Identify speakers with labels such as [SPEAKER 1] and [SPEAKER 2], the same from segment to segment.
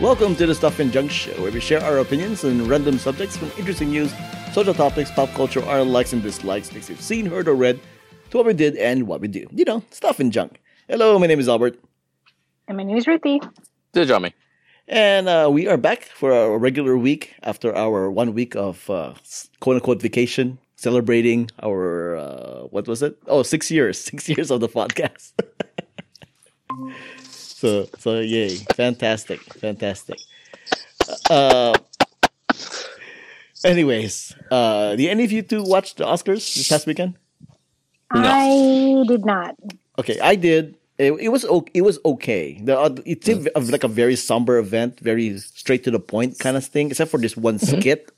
[SPEAKER 1] Welcome to the Stuff and Junk Show, where we share our opinions on random subjects from interesting news, social topics, pop culture, our likes and dislikes, things we've seen, heard, or read, to what we did and what we do. You know, stuff and junk. Hello, my name is Albert,
[SPEAKER 2] And my name is Ruthie.
[SPEAKER 3] Did you me?
[SPEAKER 1] and uh, we are back for our regular week after our one week of uh, quote unquote vacation, celebrating our, uh, what was it? Oh, six years, six years of the podcast. so, so yay. Fantastic, fantastic. Uh, anyways, uh, did any of you two watch the Oscars this past weekend?
[SPEAKER 2] I did not.
[SPEAKER 1] Okay, I did. It, it was o- it was okay. The, uh, it seemed of like a very somber event, very straight to the point kind of thing, except for this one skit.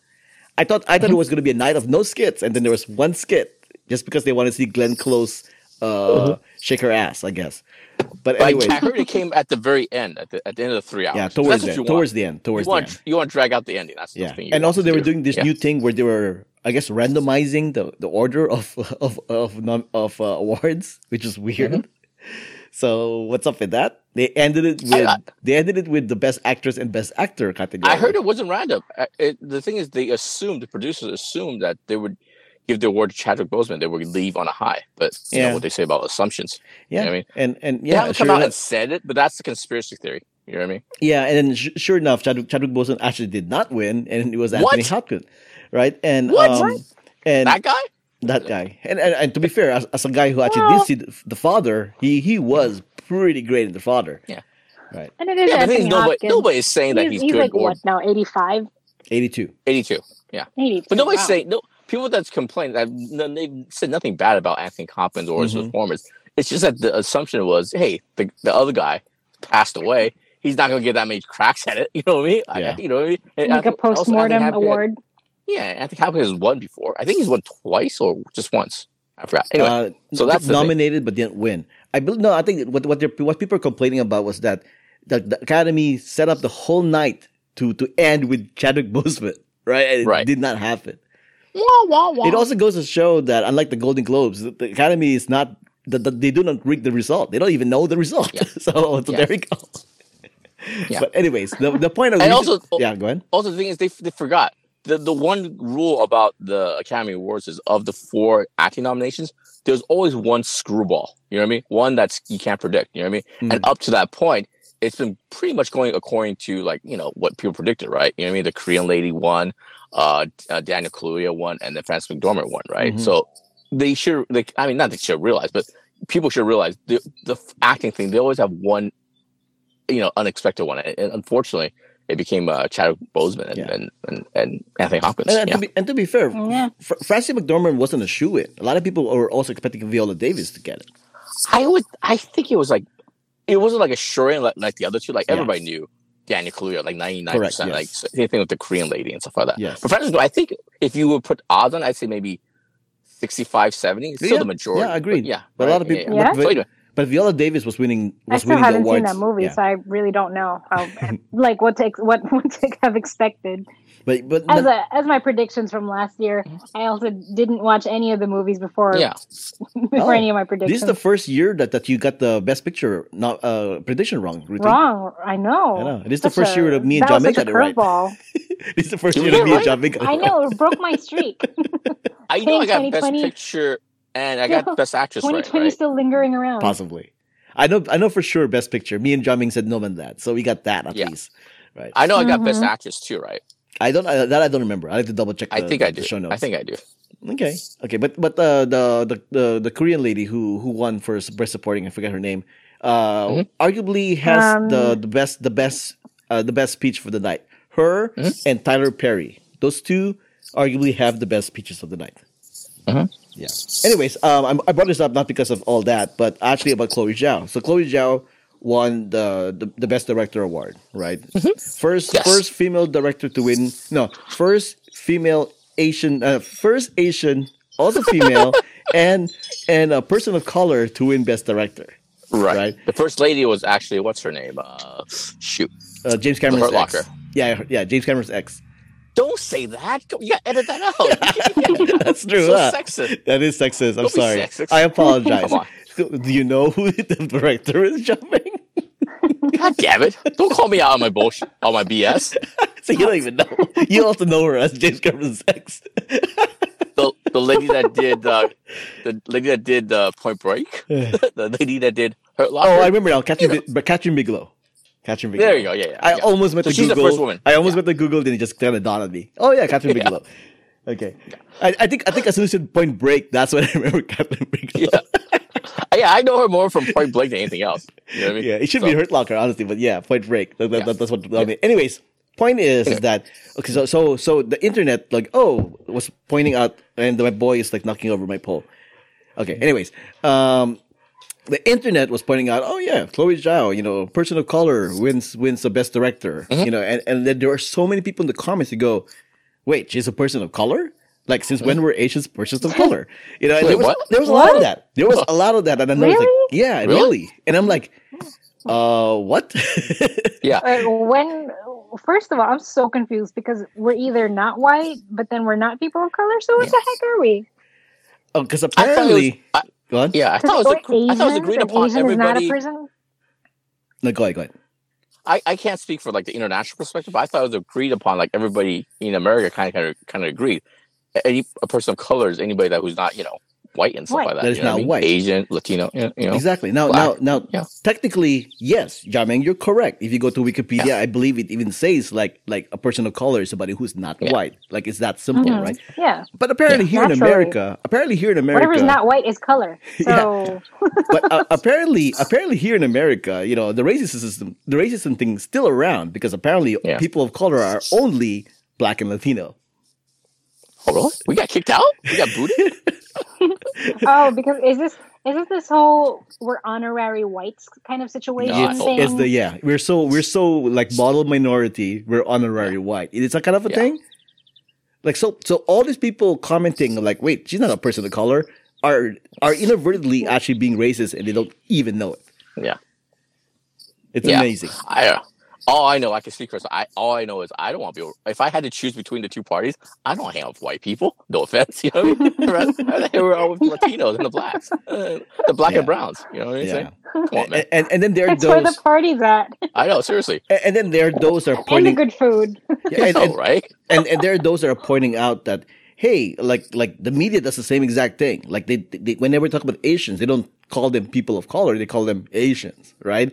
[SPEAKER 1] I thought I thought it was going to be a night of no skits, and then there was one skit just because they wanted to see Glenn Close uh, shake her ass, I guess. But
[SPEAKER 3] But
[SPEAKER 1] anyway,
[SPEAKER 3] I, I heard it came at the very end, at the, at the end of the three hours.
[SPEAKER 1] yeah,
[SPEAKER 3] So
[SPEAKER 1] towards
[SPEAKER 3] that's what
[SPEAKER 1] the,
[SPEAKER 3] you
[SPEAKER 1] towards
[SPEAKER 3] want.
[SPEAKER 1] the end, towards
[SPEAKER 3] you
[SPEAKER 1] the
[SPEAKER 3] want
[SPEAKER 1] end.
[SPEAKER 3] you want to drag out the ending. That's
[SPEAKER 1] Yeah,
[SPEAKER 3] the thing. you
[SPEAKER 1] and
[SPEAKER 3] want
[SPEAKER 1] also
[SPEAKER 3] to
[SPEAKER 1] they were
[SPEAKER 3] do.
[SPEAKER 1] doing this
[SPEAKER 3] Yeah.
[SPEAKER 1] new thing where they were, I guess, randomizing the, the order of of of nom- of uh, awards, which is weird. So what's up with that? They ended it with
[SPEAKER 3] Mm-hmm. I-
[SPEAKER 1] they ended it with the best actress and best actor category.
[SPEAKER 3] I heard it wasn't random. I- It, the thing is, they assumed the producers assumed that they would give the award to Chadwick Boseman. They would leave on a high, but you
[SPEAKER 1] Yeah.
[SPEAKER 3] know what they say about assumptions.
[SPEAKER 1] yeah,
[SPEAKER 3] I mean,
[SPEAKER 1] and and
[SPEAKER 3] they
[SPEAKER 1] yeah,
[SPEAKER 3] haven't
[SPEAKER 1] sure
[SPEAKER 3] come out
[SPEAKER 1] enough,
[SPEAKER 3] and said it, but that's the conspiracy theory. You know what I mean?
[SPEAKER 1] yeah, and then sh- sure enough, Chadwick, Chadwick Boseman actually did not win, and it was
[SPEAKER 3] What?
[SPEAKER 1] Anthony Hopkins, right? And
[SPEAKER 3] What?
[SPEAKER 1] um, and
[SPEAKER 3] that guy?
[SPEAKER 1] that guy. And and, and to be fair, as, as a guy who actually
[SPEAKER 2] Well-
[SPEAKER 1] did see the, the father, he he was pretty great in the father.
[SPEAKER 2] And it is
[SPEAKER 3] Yeah, but the thing
[SPEAKER 2] Anthony
[SPEAKER 3] is, nobody,
[SPEAKER 2] Hopkins.
[SPEAKER 3] nobody is saying that
[SPEAKER 2] he's,
[SPEAKER 3] he's,
[SPEAKER 2] he's
[SPEAKER 3] good
[SPEAKER 2] like
[SPEAKER 3] or
[SPEAKER 2] what now? 85?
[SPEAKER 1] Eighty two.
[SPEAKER 3] 82.
[SPEAKER 2] 82.
[SPEAKER 3] But nobody's
[SPEAKER 2] Wow.
[SPEAKER 3] saying no. People that's complained that no, they've said nothing bad about Anthony Hopkins or his
[SPEAKER 2] Mm-hmm.
[SPEAKER 1] Mhm.
[SPEAKER 3] performance. It's just that the assumption was, hey, the, the other guy passed away. He's not going to get that many cracks at it. You know what I mean? Like,
[SPEAKER 1] Yeah.
[SPEAKER 3] You know what I mean? And
[SPEAKER 2] like
[SPEAKER 3] I
[SPEAKER 2] a
[SPEAKER 3] think- also, Anthony
[SPEAKER 2] postmortem
[SPEAKER 3] Hopkins-
[SPEAKER 2] award.
[SPEAKER 3] Yeah, Anthony Hopkins has won before. I think he's won twice or just once. I forgot. Anyway,
[SPEAKER 1] uh,
[SPEAKER 3] so that's the thing.
[SPEAKER 1] nominated but didn't win. I bel no, I think what what they're, what people are complaining about was that the, the Academy set up the whole night to to end with Chadwick Boseman, right? And it
[SPEAKER 3] Right.
[SPEAKER 1] did not happen.
[SPEAKER 3] wah, wah, wah.
[SPEAKER 1] It also goes to show that unlike the Golden Globes, the, the Academy is not the, the, they do not read the result. They don't even know the result.
[SPEAKER 3] Yeah.
[SPEAKER 1] so so
[SPEAKER 3] Yeah.
[SPEAKER 1] there we go.
[SPEAKER 3] Yeah.
[SPEAKER 1] But anyways, the, the point of
[SPEAKER 3] And
[SPEAKER 1] we
[SPEAKER 3] also-
[SPEAKER 1] should- yeah, go ahead.
[SPEAKER 3] also the thing is they, they forgot the the one rule about the Academy Awards is of the four acting nominations, there's always one screwball. You know what I mean? One that's you can't predict. You know what I mean? And up to that point, it's been pretty much going according to like you know what people predicted, right? You know what I mean? The Korean lady won, uh, uh Daniel Kaluuya won, and then Francis McDormand won, right?
[SPEAKER 1] Mhm.
[SPEAKER 3] So they should, they, I mean, not they should realize, but people should realize the the acting thing. They always have one you know unexpected one, and, and unfortunately, it became uh, Chadwick Boseman and,
[SPEAKER 1] Yeah.
[SPEAKER 3] and, and and Anthony Hopkins.
[SPEAKER 1] And, and,
[SPEAKER 3] yeah.
[SPEAKER 1] to be, and to be fair,
[SPEAKER 2] Mm, Yeah.
[SPEAKER 1] Fr- Frances McDormand wasn't a shoe in. A lot of people were also expecting Viola Davis to get it.
[SPEAKER 3] I would, I think it was like, it wasn't like a sure like, like the other two. Like
[SPEAKER 1] Yeah.
[SPEAKER 3] everybody knew Daniel Kaluuya, like ninety nine
[SPEAKER 1] Correct,
[SPEAKER 3] percent. Like
[SPEAKER 1] yes.
[SPEAKER 3] same thing with the Korean lady and stuff like that.
[SPEAKER 1] Yes.
[SPEAKER 3] But Francis, I think if you would put odds on, I'd say maybe 65, 70. It's still
[SPEAKER 1] Yeah.
[SPEAKER 3] the majority.
[SPEAKER 1] Yeah, agreed.
[SPEAKER 3] But yeah,
[SPEAKER 1] But a lot of
[SPEAKER 3] right,
[SPEAKER 1] people-
[SPEAKER 2] Yeah.
[SPEAKER 3] So anyway,
[SPEAKER 1] But Viola Davis was winning.
[SPEAKER 2] I
[SPEAKER 1] Was
[SPEAKER 2] still
[SPEAKER 1] winning the
[SPEAKER 2] haven't seen
[SPEAKER 1] awards.
[SPEAKER 2] that movie,
[SPEAKER 1] Yeah.
[SPEAKER 2] so I really don't know how, like, what to, ex- what, what to have expected.
[SPEAKER 1] But but
[SPEAKER 2] As,
[SPEAKER 1] no- Mm-hmm.
[SPEAKER 2] a, as my predictions from last year, I also didn't watch any of the movies before,
[SPEAKER 3] yeah.
[SPEAKER 1] Oh,
[SPEAKER 2] before any of my
[SPEAKER 1] this
[SPEAKER 2] predictions.
[SPEAKER 1] is the first year that, that you got the best picture not uh, prediction wrong. Ruthie.
[SPEAKER 2] Wrong, I know.
[SPEAKER 1] I know. This is the
[SPEAKER 2] Such
[SPEAKER 1] first
[SPEAKER 2] a-
[SPEAKER 1] year that me and
[SPEAKER 2] that
[SPEAKER 1] John
[SPEAKER 2] was
[SPEAKER 1] Mick
[SPEAKER 2] such
[SPEAKER 1] got
[SPEAKER 2] a
[SPEAKER 1] it right.
[SPEAKER 2] curveball.
[SPEAKER 1] This is the first
[SPEAKER 3] You
[SPEAKER 1] year
[SPEAKER 3] did
[SPEAKER 1] that me
[SPEAKER 3] right?
[SPEAKER 1] and John Mick got it
[SPEAKER 2] I
[SPEAKER 1] right.
[SPEAKER 2] know it broke my streak.
[SPEAKER 3] I know I got
[SPEAKER 2] Same
[SPEAKER 3] best
[SPEAKER 2] 2020.
[SPEAKER 3] picture and I got best actress right.
[SPEAKER 2] 2020
[SPEAKER 3] right?
[SPEAKER 2] still lingering around.
[SPEAKER 1] Possibly. I know. I know for sure. Best picture. Me and John Mick said no man that, so we got that at
[SPEAKER 3] Yeah.
[SPEAKER 1] least. Right. I,
[SPEAKER 3] I know I got best
[SPEAKER 2] Mhm.
[SPEAKER 3] actress too, right?
[SPEAKER 1] don't. I, that I don't remember. I have to double check.
[SPEAKER 3] I
[SPEAKER 1] the-
[SPEAKER 3] think I
[SPEAKER 1] the
[SPEAKER 3] do.
[SPEAKER 1] Show notes.
[SPEAKER 3] I think I do.
[SPEAKER 1] Okay. Okay. But but uh, the, the the the Korean lady who who won for s- best supporting, I forget her name. Uh,
[SPEAKER 3] Mhm.
[SPEAKER 1] arguably has
[SPEAKER 2] Um,
[SPEAKER 1] the the best the best uh, the best speech for the night. Her
[SPEAKER 3] Mhm.
[SPEAKER 1] and Tyler Perry. Those two arguably have the best speeches of the night.
[SPEAKER 3] Mhm.
[SPEAKER 1] Yeah. Anyways, um, I'm, I brought this up not because of all that, but actually about Chloe Zhao. So Chloe Zhao won the the, the best director award, right? First
[SPEAKER 3] Mm-hmm. Yes.
[SPEAKER 1] first female director to win. No, first female Asian, uh, first Asian, also female, and and a person of color to win best director.
[SPEAKER 3] Right.
[SPEAKER 1] Right.
[SPEAKER 3] The first lady was actually what's her name? Uh, shoot.
[SPEAKER 1] Uh, James Cameron's
[SPEAKER 3] Hurt
[SPEAKER 1] ex.
[SPEAKER 3] Locker.
[SPEAKER 1] Yeah, yeah, James Cameron's ex.
[SPEAKER 3] Don't say that. Go- You gotta edit that out.
[SPEAKER 1] That's true.
[SPEAKER 3] so
[SPEAKER 1] huh?
[SPEAKER 3] sexist.
[SPEAKER 1] That is sexist. I'm
[SPEAKER 3] Don't be
[SPEAKER 1] sorry.
[SPEAKER 3] sexist.
[SPEAKER 1] I apologize.
[SPEAKER 3] Come
[SPEAKER 1] Do you know who the director is jumping?
[SPEAKER 3] God damn it! Don't call me out on my bullshit, on my BS.
[SPEAKER 1] So you don't even know. You also know her as James Cameron Sex.
[SPEAKER 3] The the lady that did uh, the lady that did uh, Point Break, the lady that did Hurt Locker.
[SPEAKER 1] Oh, I remember now. Catherine, Bi- but Catherine Bigelow. Catherine Bigelow.
[SPEAKER 3] there you go. Yeah, yeah.
[SPEAKER 1] I
[SPEAKER 3] yeah.
[SPEAKER 1] almost went
[SPEAKER 3] So
[SPEAKER 1] to
[SPEAKER 3] she's the
[SPEAKER 1] Google.
[SPEAKER 3] first woman.
[SPEAKER 1] I almost went to Google, then it just kind of dawned on me. Oh yeah, Catherine
[SPEAKER 3] Yeah.
[SPEAKER 1] Bigelow. Okay, I, I think I think as soon as you said Point Break, that's when I remember Catherine Bigelow.
[SPEAKER 3] Yeah. yeah, I know her more from Point Blank than anything else. You know what I mean?
[SPEAKER 1] Yeah, it should be
[SPEAKER 3] So-
[SPEAKER 1] Hurt Locker, honestly. But yeah, Point Break. That- that-
[SPEAKER 3] Yeah.
[SPEAKER 1] that- that's what. I mean. Anyways, point is, is that okay? So so so the internet like oh was pointing out, and my boy is like knocking over my pole. Okay. Anyways, um, the internet was pointing out, oh yeah, Chloe Zhao, you know, person of color wins wins the best director.
[SPEAKER 3] Mm-hmm.
[SPEAKER 1] You know, and and then there are so many people in the comments who go, wait, she's a person of color. Like since when were Asians persons of color? You know, and there
[SPEAKER 3] Mm-hmm. Wait,
[SPEAKER 1] was
[SPEAKER 3] what?
[SPEAKER 1] there was a lot of
[SPEAKER 2] What?
[SPEAKER 1] that. There was a lot of that, and I was like,
[SPEAKER 2] Really?
[SPEAKER 1] yeah,
[SPEAKER 3] Really?
[SPEAKER 1] really, and I'm like, uh,
[SPEAKER 2] Oh,
[SPEAKER 1] what?
[SPEAKER 2] Like, when first of all, I'm so confused because we're either not white, but then we're not people of color. So what the heck are we?
[SPEAKER 1] oh, because
[SPEAKER 3] I thought it was-
[SPEAKER 1] apparently,
[SPEAKER 3] I-
[SPEAKER 1] go on.
[SPEAKER 3] Yeah, I thought, it was,
[SPEAKER 2] Because
[SPEAKER 3] agree- I thought it was
[SPEAKER 2] Asians
[SPEAKER 3] agreed
[SPEAKER 2] and
[SPEAKER 3] upon.
[SPEAKER 2] Asian is not a
[SPEAKER 3] Everybody,
[SPEAKER 2] prison.
[SPEAKER 1] No, go ahead, go ahead.
[SPEAKER 3] I, I can't speak for like the international perspective, but I thought it was agreed upon. Like everybody in America kind of kind of kind of agreed. Any a person of color is anybody that who's not you know white and stuff
[SPEAKER 2] White.
[SPEAKER 3] like that.
[SPEAKER 1] That is
[SPEAKER 3] you know what
[SPEAKER 1] not
[SPEAKER 3] I mean?
[SPEAKER 1] white.
[SPEAKER 3] Asian, Latino. You know, you know.
[SPEAKER 1] Exactly. Now,
[SPEAKER 3] Black.
[SPEAKER 1] now, now.
[SPEAKER 3] Yeah.
[SPEAKER 1] Technically, yes, Jameng, you're correct. If you go to Wikipedia, I believe it even says like like a person of color is somebody who's not
[SPEAKER 3] Yeah.
[SPEAKER 1] white. Like it's that simple,
[SPEAKER 2] Mhm.
[SPEAKER 1] right?
[SPEAKER 2] Yeah,
[SPEAKER 1] But apparently here in
[SPEAKER 2] Naturally.
[SPEAKER 1] America, apparently here in America,
[SPEAKER 2] whatever's not white is color. So
[SPEAKER 1] but uh, apparently, apparently here in America, you know, the racism system, the racism thing is still around because apparently
[SPEAKER 3] Yeah.
[SPEAKER 1] people of color are only black and Latino.
[SPEAKER 3] Oh, really? We got kicked out. We got booted.
[SPEAKER 2] oh, because is this is this this whole we're honorary whites kind of situation
[SPEAKER 3] No, I hope-
[SPEAKER 2] thing?
[SPEAKER 1] It's the yeah, we're so we're so like model minority, we're honorary white. It's that kind of a
[SPEAKER 3] Yeah.
[SPEAKER 1] thing. Like so, so all these people commenting like, wait, she's not a person of color, are are inadvertently actually being racist and they don't even know it.
[SPEAKER 3] Yeah.
[SPEAKER 1] it's
[SPEAKER 3] Yeah.
[SPEAKER 1] amazing.
[SPEAKER 3] I. Uh, all I know, I can speak for. I all I know is I don't want to be. If I had to choose between the two parties, I don't hang out with white people. No offense, you know. What I mean? rather, rather hang out with Latinos and the blacks, uh, the black
[SPEAKER 1] Yeah.
[SPEAKER 3] and browns. You know what I'm
[SPEAKER 1] Yeah,
[SPEAKER 3] saying? Come on, man.
[SPEAKER 1] and, and and then there are
[SPEAKER 2] That's where the
[SPEAKER 1] those,
[SPEAKER 2] party's at,
[SPEAKER 3] I know, seriously.
[SPEAKER 1] and- and then there are those that are
[SPEAKER 2] and the
[SPEAKER 1] pointing,
[SPEAKER 2] good food.
[SPEAKER 1] yeah, and-
[SPEAKER 3] I
[SPEAKER 1] and-
[SPEAKER 3] know, right?
[SPEAKER 1] and and there are those that are pointing out that hey, like like the media does the same exact thing. Like they, they whenever they talk about Asians, they don't call them people of color; they call them Asians, right?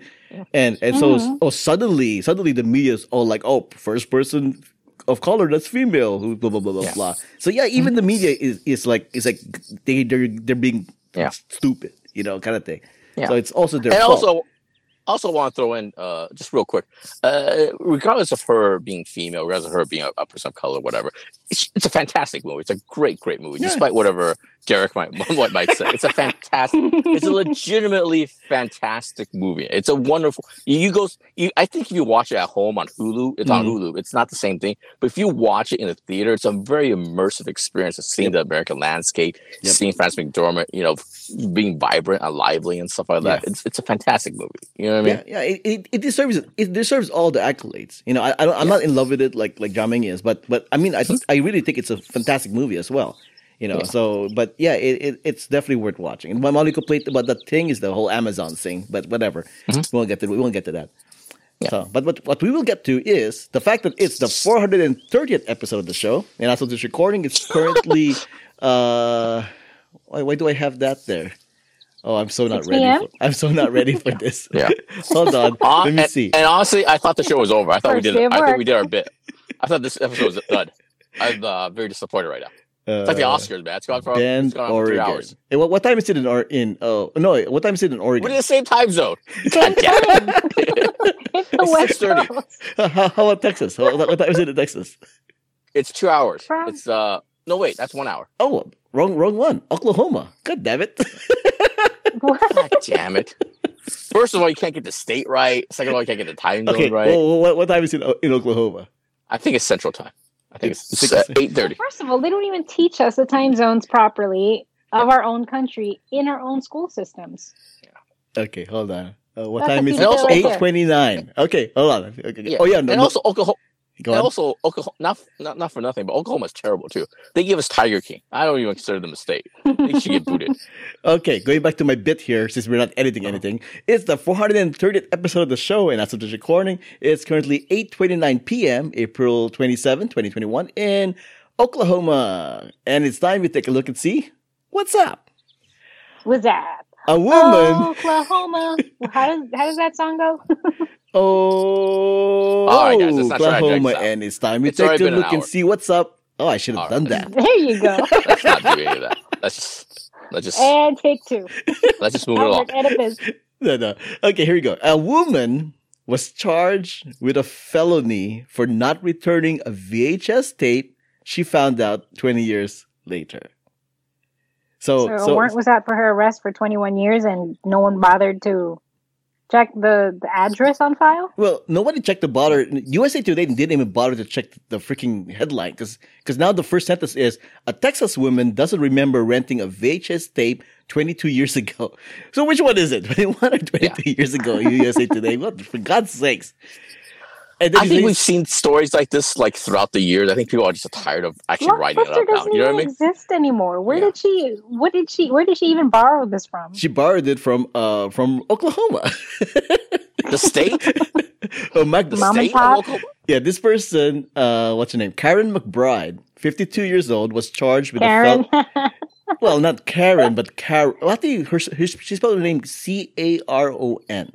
[SPEAKER 1] And and so
[SPEAKER 3] Mm-hmm.
[SPEAKER 2] Mhm.
[SPEAKER 1] oh suddenly suddenly the media is all like oh first person of color that's female who blah blah blah blah
[SPEAKER 3] Yeah.
[SPEAKER 1] blah. So yeah, even the media is is like is like they they're they're being
[SPEAKER 3] Yeah.
[SPEAKER 1] stupid, you know, kind of thing.
[SPEAKER 3] Yeah.
[SPEAKER 1] So it's also their
[SPEAKER 3] and
[SPEAKER 1] fault.
[SPEAKER 3] also also want to throw in uh just real quick uh regardless of her being female regardless of her being a, a person of color whatever it's, it's a fantastic movie it's a great great movie
[SPEAKER 1] Yeah.
[SPEAKER 3] despite whatever derek might what might say it's a fantastic it's a legitimately fantastic movie it's a wonderful you, you go you, i think if you watch it at home on hulu it's on
[SPEAKER 1] Mhm.
[SPEAKER 3] hulu it's not the same thing but if you watch it in the theater it's a very immersive experience of seeing
[SPEAKER 1] Yep.
[SPEAKER 3] the american landscape
[SPEAKER 1] Yep.
[SPEAKER 3] seeing Francis McDormand, you know, being vibrant and lively and stuff like that.
[SPEAKER 1] Yeah.
[SPEAKER 3] It's it's a fantastic movie. You know what I mean?
[SPEAKER 1] yeah, yeah it, it, it deserves it deserves all the accolades. You know, I, I don't, I'm not in love with it like like Jamming is, but but I mean, I I really think it's a fantastic movie as well. You know,
[SPEAKER 3] Yeah.
[SPEAKER 1] so but yeah, it, it it's definitely worth watching. And my only complaint about that thing is the whole Amazon thing, but whatever, we won't get to we won't get to that.
[SPEAKER 3] Mm-hmm. Yeah.
[SPEAKER 1] So, but what, what we will get to is the fact that it's the 430th episode of the show, and as of this recording, it's currently. uh, why, why do I have that there? Oh, I'm so not
[SPEAKER 2] 6
[SPEAKER 1] ready.
[SPEAKER 2] p.m.?
[SPEAKER 1] For, I'm so not ready for this.
[SPEAKER 3] Yeah.
[SPEAKER 1] Hold on.
[SPEAKER 3] Uh,
[SPEAKER 1] Let me
[SPEAKER 3] and,
[SPEAKER 1] see.
[SPEAKER 3] and honestly, I thought the show was over. I thought we
[SPEAKER 2] First
[SPEAKER 3] did.
[SPEAKER 2] day of
[SPEAKER 3] I think
[SPEAKER 2] work.
[SPEAKER 3] we did our bit. I thought this episode was done. I'm uh, very disappointed right now. It's like the
[SPEAKER 1] Uh,
[SPEAKER 3] Oscars, man. It's gone for,
[SPEAKER 1] Bend,
[SPEAKER 3] it's gone for three
[SPEAKER 1] Oregon.
[SPEAKER 3] hours.
[SPEAKER 1] Hey, what, what time is it in? Or in? Oh no! wait, What time is it in
[SPEAKER 3] We're
[SPEAKER 1] Oregon?
[SPEAKER 3] in the same time zone.
[SPEAKER 2] Same
[SPEAKER 3] damn
[SPEAKER 2] thing. it's the West
[SPEAKER 3] 6:30.
[SPEAKER 2] Coast.
[SPEAKER 1] how, how about Texas? How- what, what time is it in Texas?
[SPEAKER 3] It's two hours.
[SPEAKER 2] Bruh.
[SPEAKER 3] It's uh no wait, that's one hour.
[SPEAKER 1] Oh, wrong, wrong one. Oklahoma. God damn it!
[SPEAKER 2] What?
[SPEAKER 3] God damn it. First of all, you can't get the state right. Second of all, you can't get the time zone
[SPEAKER 1] okay.
[SPEAKER 3] right.
[SPEAKER 1] Well, what, what time is it in Oklahoma?
[SPEAKER 3] I think it's Central Time. I think it's,
[SPEAKER 1] It's six-
[SPEAKER 3] eight thirty.
[SPEAKER 2] First of all, they don't even teach us the time zones properly of our own country in our own school systems.
[SPEAKER 1] Okay, hold on. Uh, what
[SPEAKER 2] That's
[SPEAKER 1] time
[SPEAKER 2] a
[SPEAKER 1] is
[SPEAKER 2] few
[SPEAKER 1] it?
[SPEAKER 3] days
[SPEAKER 1] Eight
[SPEAKER 2] later.
[SPEAKER 1] twenty nine. Okay, hold on. Okay, okay.
[SPEAKER 3] Yeah.
[SPEAKER 1] Oh yeah, no,
[SPEAKER 3] And
[SPEAKER 1] no-
[SPEAKER 3] also Oklahoma
[SPEAKER 1] Go
[SPEAKER 3] and
[SPEAKER 1] ahead.
[SPEAKER 3] also, Oklahoma, not, not not for nothing, but Oklahoma's terrible too. They gave us Tiger King. I don't even consider them a state. They should get booted.
[SPEAKER 1] Okay, going back to my bit here, since we're not editing
[SPEAKER 3] Uh-huh.
[SPEAKER 1] anything, it's the 430th episode of the show, and as of this recording, it's currently 8.29 p.m., April 27, 2021, in Oklahoma. And it's time we take a look and see what's up.
[SPEAKER 2] What's that?
[SPEAKER 1] A
[SPEAKER 2] Oh,
[SPEAKER 1] woman,
[SPEAKER 2] Oklahoma. how does how does that song go?
[SPEAKER 1] oh,
[SPEAKER 3] All right, guys, let's not try to
[SPEAKER 1] Oklahoma,
[SPEAKER 3] drag this out.
[SPEAKER 1] and it's time we
[SPEAKER 3] It's
[SPEAKER 1] take
[SPEAKER 3] already
[SPEAKER 1] a
[SPEAKER 3] been an
[SPEAKER 1] look and
[SPEAKER 3] hour.
[SPEAKER 1] see what's up. Oh, I should have
[SPEAKER 3] All
[SPEAKER 1] done that.
[SPEAKER 3] right.
[SPEAKER 2] there you go.
[SPEAKER 3] Let's not do any of that. Let's just let's just
[SPEAKER 2] And take two.
[SPEAKER 3] let's just move it along.
[SPEAKER 2] Albert Oedipus.
[SPEAKER 1] No, no. Okay, here we go. A woman was charged with a felony for not returning a VHS tape she found out 20 years later. So,
[SPEAKER 2] So,
[SPEAKER 1] so,
[SPEAKER 2] a warrant was out for her arrest for 21 years, and no one bothered to check the, the address on file.
[SPEAKER 1] well, nobody checked the bother. USA Today didn't even bother to check the freaking headline because now the first sentence is a Texas woman doesn't remember renting a VHS tape 22 years ago. So which one is it? 21 or 22 years ago? USA Today? What for God's sakes? And
[SPEAKER 3] I
[SPEAKER 1] you
[SPEAKER 3] think
[SPEAKER 1] say-
[SPEAKER 3] we've seen stories like this like throughout the years. I think people are just tired of actually writing it
[SPEAKER 2] Blockbuster
[SPEAKER 3] up now.
[SPEAKER 2] doesn't
[SPEAKER 3] You know what I
[SPEAKER 2] even
[SPEAKER 3] mean?
[SPEAKER 2] exist anymore. Where
[SPEAKER 3] Yeah.
[SPEAKER 2] did she? What did she? Where did she even borrow this from?
[SPEAKER 1] She borrowed it from uh from Oklahoma.
[SPEAKER 3] The state,
[SPEAKER 1] oh, Mac-
[SPEAKER 3] the
[SPEAKER 2] Mom and
[SPEAKER 3] state,
[SPEAKER 2] pop.
[SPEAKER 3] of Oklahoma?
[SPEAKER 1] yeah, this person, uh, what's her name? Karen McBride, fifty-two years old, was charged with
[SPEAKER 2] Karen.
[SPEAKER 1] a fel- well, not Karen, but Karen. Well, I think her, her she spelled her name C A R O N.